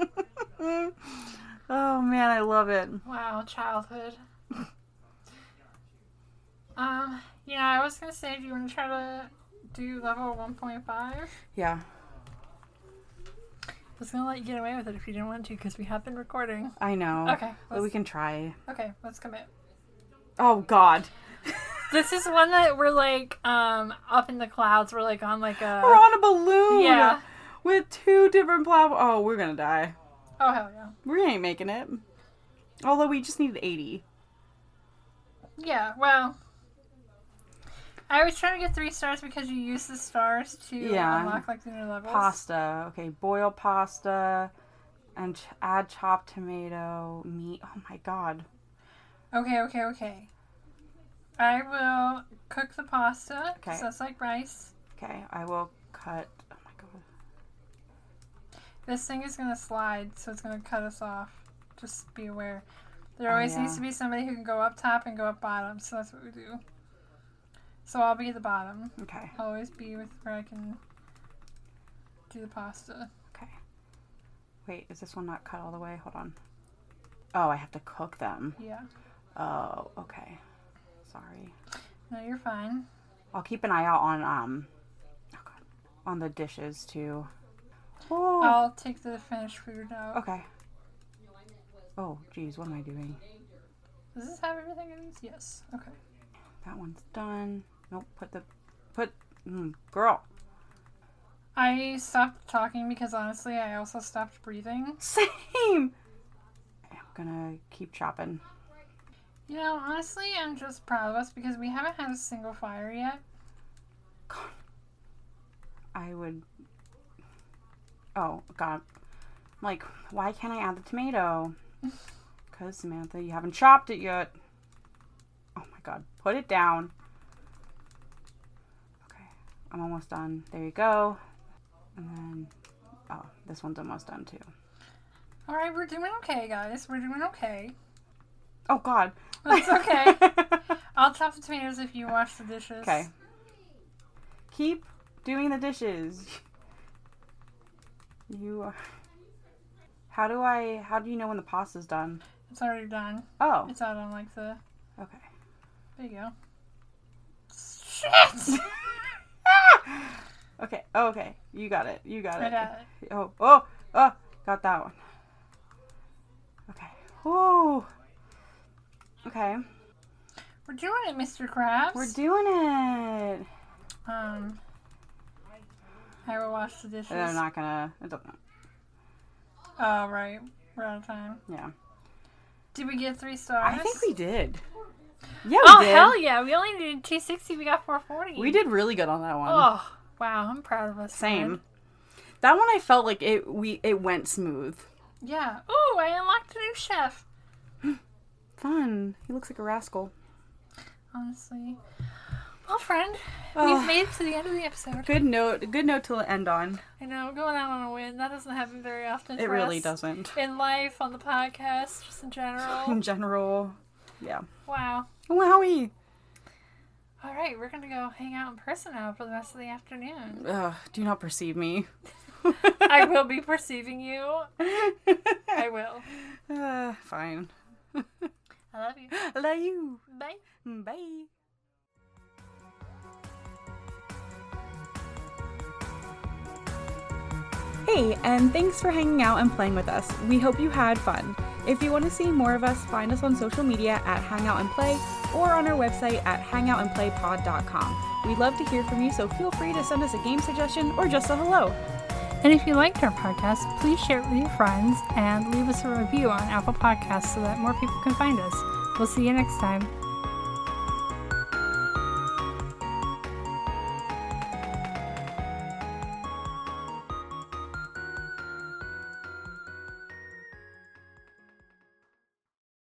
[SPEAKER 2] Oh man, I love it.
[SPEAKER 1] Wow, childhood. um, yeah, I was gonna say, do you want to try to do level 1.5? I
[SPEAKER 2] Yeah.
[SPEAKER 1] was gonna let you get away with it if you didn't want to, because we have been recording.
[SPEAKER 2] I know.
[SPEAKER 1] Okay,
[SPEAKER 2] But we
[SPEAKER 1] let's-
[SPEAKER 2] can try.
[SPEAKER 1] Okay, let's commit.
[SPEAKER 2] Oh god.
[SPEAKER 1] This is one that we're like, um, up in the clouds. We're like on like a.
[SPEAKER 2] We're on a balloon.
[SPEAKER 1] Yeah.
[SPEAKER 2] With two different plow Oh, we're gonna die.
[SPEAKER 1] Oh hell yeah.
[SPEAKER 2] We ain't making it. Although we just needed eighty.
[SPEAKER 1] Yeah. Well. I was trying to get three stars because you use the stars to
[SPEAKER 2] Yeah.
[SPEAKER 1] unlock like the new levels.
[SPEAKER 2] Pasta. Okay, boil pasta and ch- add chopped tomato, meat. Oh my god.
[SPEAKER 1] Okay, okay, okay. I will cook the pasta.
[SPEAKER 2] Okay.
[SPEAKER 1] So it's like rice.
[SPEAKER 2] Okay, I will cut. Oh my god.
[SPEAKER 1] This thing is gonna slide, so it's gonna cut us off. Just be aware. There
[SPEAKER 2] Oh,
[SPEAKER 1] always
[SPEAKER 2] yeah.
[SPEAKER 1] needs to be somebody who can go up top and go up bottom, so that's what we do. So I'll be at the bottom.
[SPEAKER 2] Okay,
[SPEAKER 1] I'll always be with where I can do the pasta.
[SPEAKER 2] okay. Wait, is this one not cut all the way? Hold on. Oh, I have to cook them.
[SPEAKER 1] Yeah.
[SPEAKER 2] Oh, okay. Sorry.
[SPEAKER 1] No, you're fine.
[SPEAKER 2] I'll keep an eye out on um oh god, on the dishes too. Oh,
[SPEAKER 1] I'll take the finished food out.
[SPEAKER 2] okay. Oh, geez, what am I doing?
[SPEAKER 1] Does this have everything in it? Yes. Okay.
[SPEAKER 2] That one's done. Nope, put the put mm, girl. *laughs*
[SPEAKER 1] I stopped talking because honestly, I also stopped breathing.
[SPEAKER 2] Same. I'm gonna keep chopping.
[SPEAKER 1] You know, honestly, I'm just proud of us because we haven't had a single fire yet.
[SPEAKER 2] I would. Oh God! I'm like, why can't I add the
[SPEAKER 1] *laughs*
[SPEAKER 2] tomato? Because Samantha, you haven't chopped it yet. Oh my God! Put it down. Okay, I'm almost done. There you go. And then, oh, this one's almost done too.
[SPEAKER 1] All right, we're doing okay, guys. We're doing okay.
[SPEAKER 2] Oh God!
[SPEAKER 1] That's okay.
[SPEAKER 2] *laughs*
[SPEAKER 1] I'll chop the tomatoes if you wash the dishes.
[SPEAKER 2] okay. Keep doing the dishes. You. How do I? How do you know when the pasta's done?
[SPEAKER 1] It's already done.
[SPEAKER 2] Oh,
[SPEAKER 1] It's out on like the.
[SPEAKER 2] okay. *laughs*
[SPEAKER 1] There you go. Shit!
[SPEAKER 2] Okay, oh, okay. You got it. You got
[SPEAKER 1] I
[SPEAKER 2] it.
[SPEAKER 1] got it.
[SPEAKER 2] Oh, oh, oh, got that one. Okay. Whoa. Okay.
[SPEAKER 1] We're doing it, Mr. Krabs.
[SPEAKER 2] We're doing it.
[SPEAKER 1] Um, I will wash the dishes.
[SPEAKER 2] They're not gonna. I don't know.
[SPEAKER 1] Oh, right. We're out of time.
[SPEAKER 2] Yeah.
[SPEAKER 1] Did we get three stars?
[SPEAKER 2] I think we did. Yeah, we
[SPEAKER 1] Oh,
[SPEAKER 2] did.
[SPEAKER 1] hell yeah. We only needed 260. We got 440.
[SPEAKER 2] We did really good on that one.
[SPEAKER 1] Oh, wow. I'm proud of us.
[SPEAKER 2] Same.
[SPEAKER 1] man.
[SPEAKER 2] That one I felt like it. We it went smooth.
[SPEAKER 1] Yeah. Ooh, I unlocked a new chef.
[SPEAKER 2] Fun. He looks like a rascal.
[SPEAKER 1] Honestly. Well, friend,
[SPEAKER 2] Oh.
[SPEAKER 1] we've made it to the end of the episode.
[SPEAKER 2] Good note. Good note to end on.
[SPEAKER 1] I know, going out on a win, that doesn't happen very often.
[SPEAKER 2] It
[SPEAKER 1] for
[SPEAKER 2] really
[SPEAKER 1] us.
[SPEAKER 2] doesn't.
[SPEAKER 1] In life, on the podcast, just in *laughs*
[SPEAKER 2] In
[SPEAKER 1] general.
[SPEAKER 2] general, yeah.
[SPEAKER 1] wow.
[SPEAKER 2] Wowie.
[SPEAKER 1] All right, we're going to go hang out in person now for the rest of the afternoon.
[SPEAKER 2] Ugh, do not perceive *laughs* me.
[SPEAKER 1] I will be perceiving you. I will.
[SPEAKER 2] Uh, *laughs* fine.
[SPEAKER 1] I love you.
[SPEAKER 2] Love you.
[SPEAKER 1] Bye.
[SPEAKER 2] Bye. Hey, and thanks for hanging out and playing with us. We hope you had fun. If you want to see more of us, find us on social media at Hangout and Play or on our website at hangoutandplaypod.com. We'd love to hear from you, so feel free to send us a game suggestion or just a hello.
[SPEAKER 1] And if you liked our podcast, please share it with your friends and leave us a review on Apple Podcasts so that more people can find us. We'll see you next time.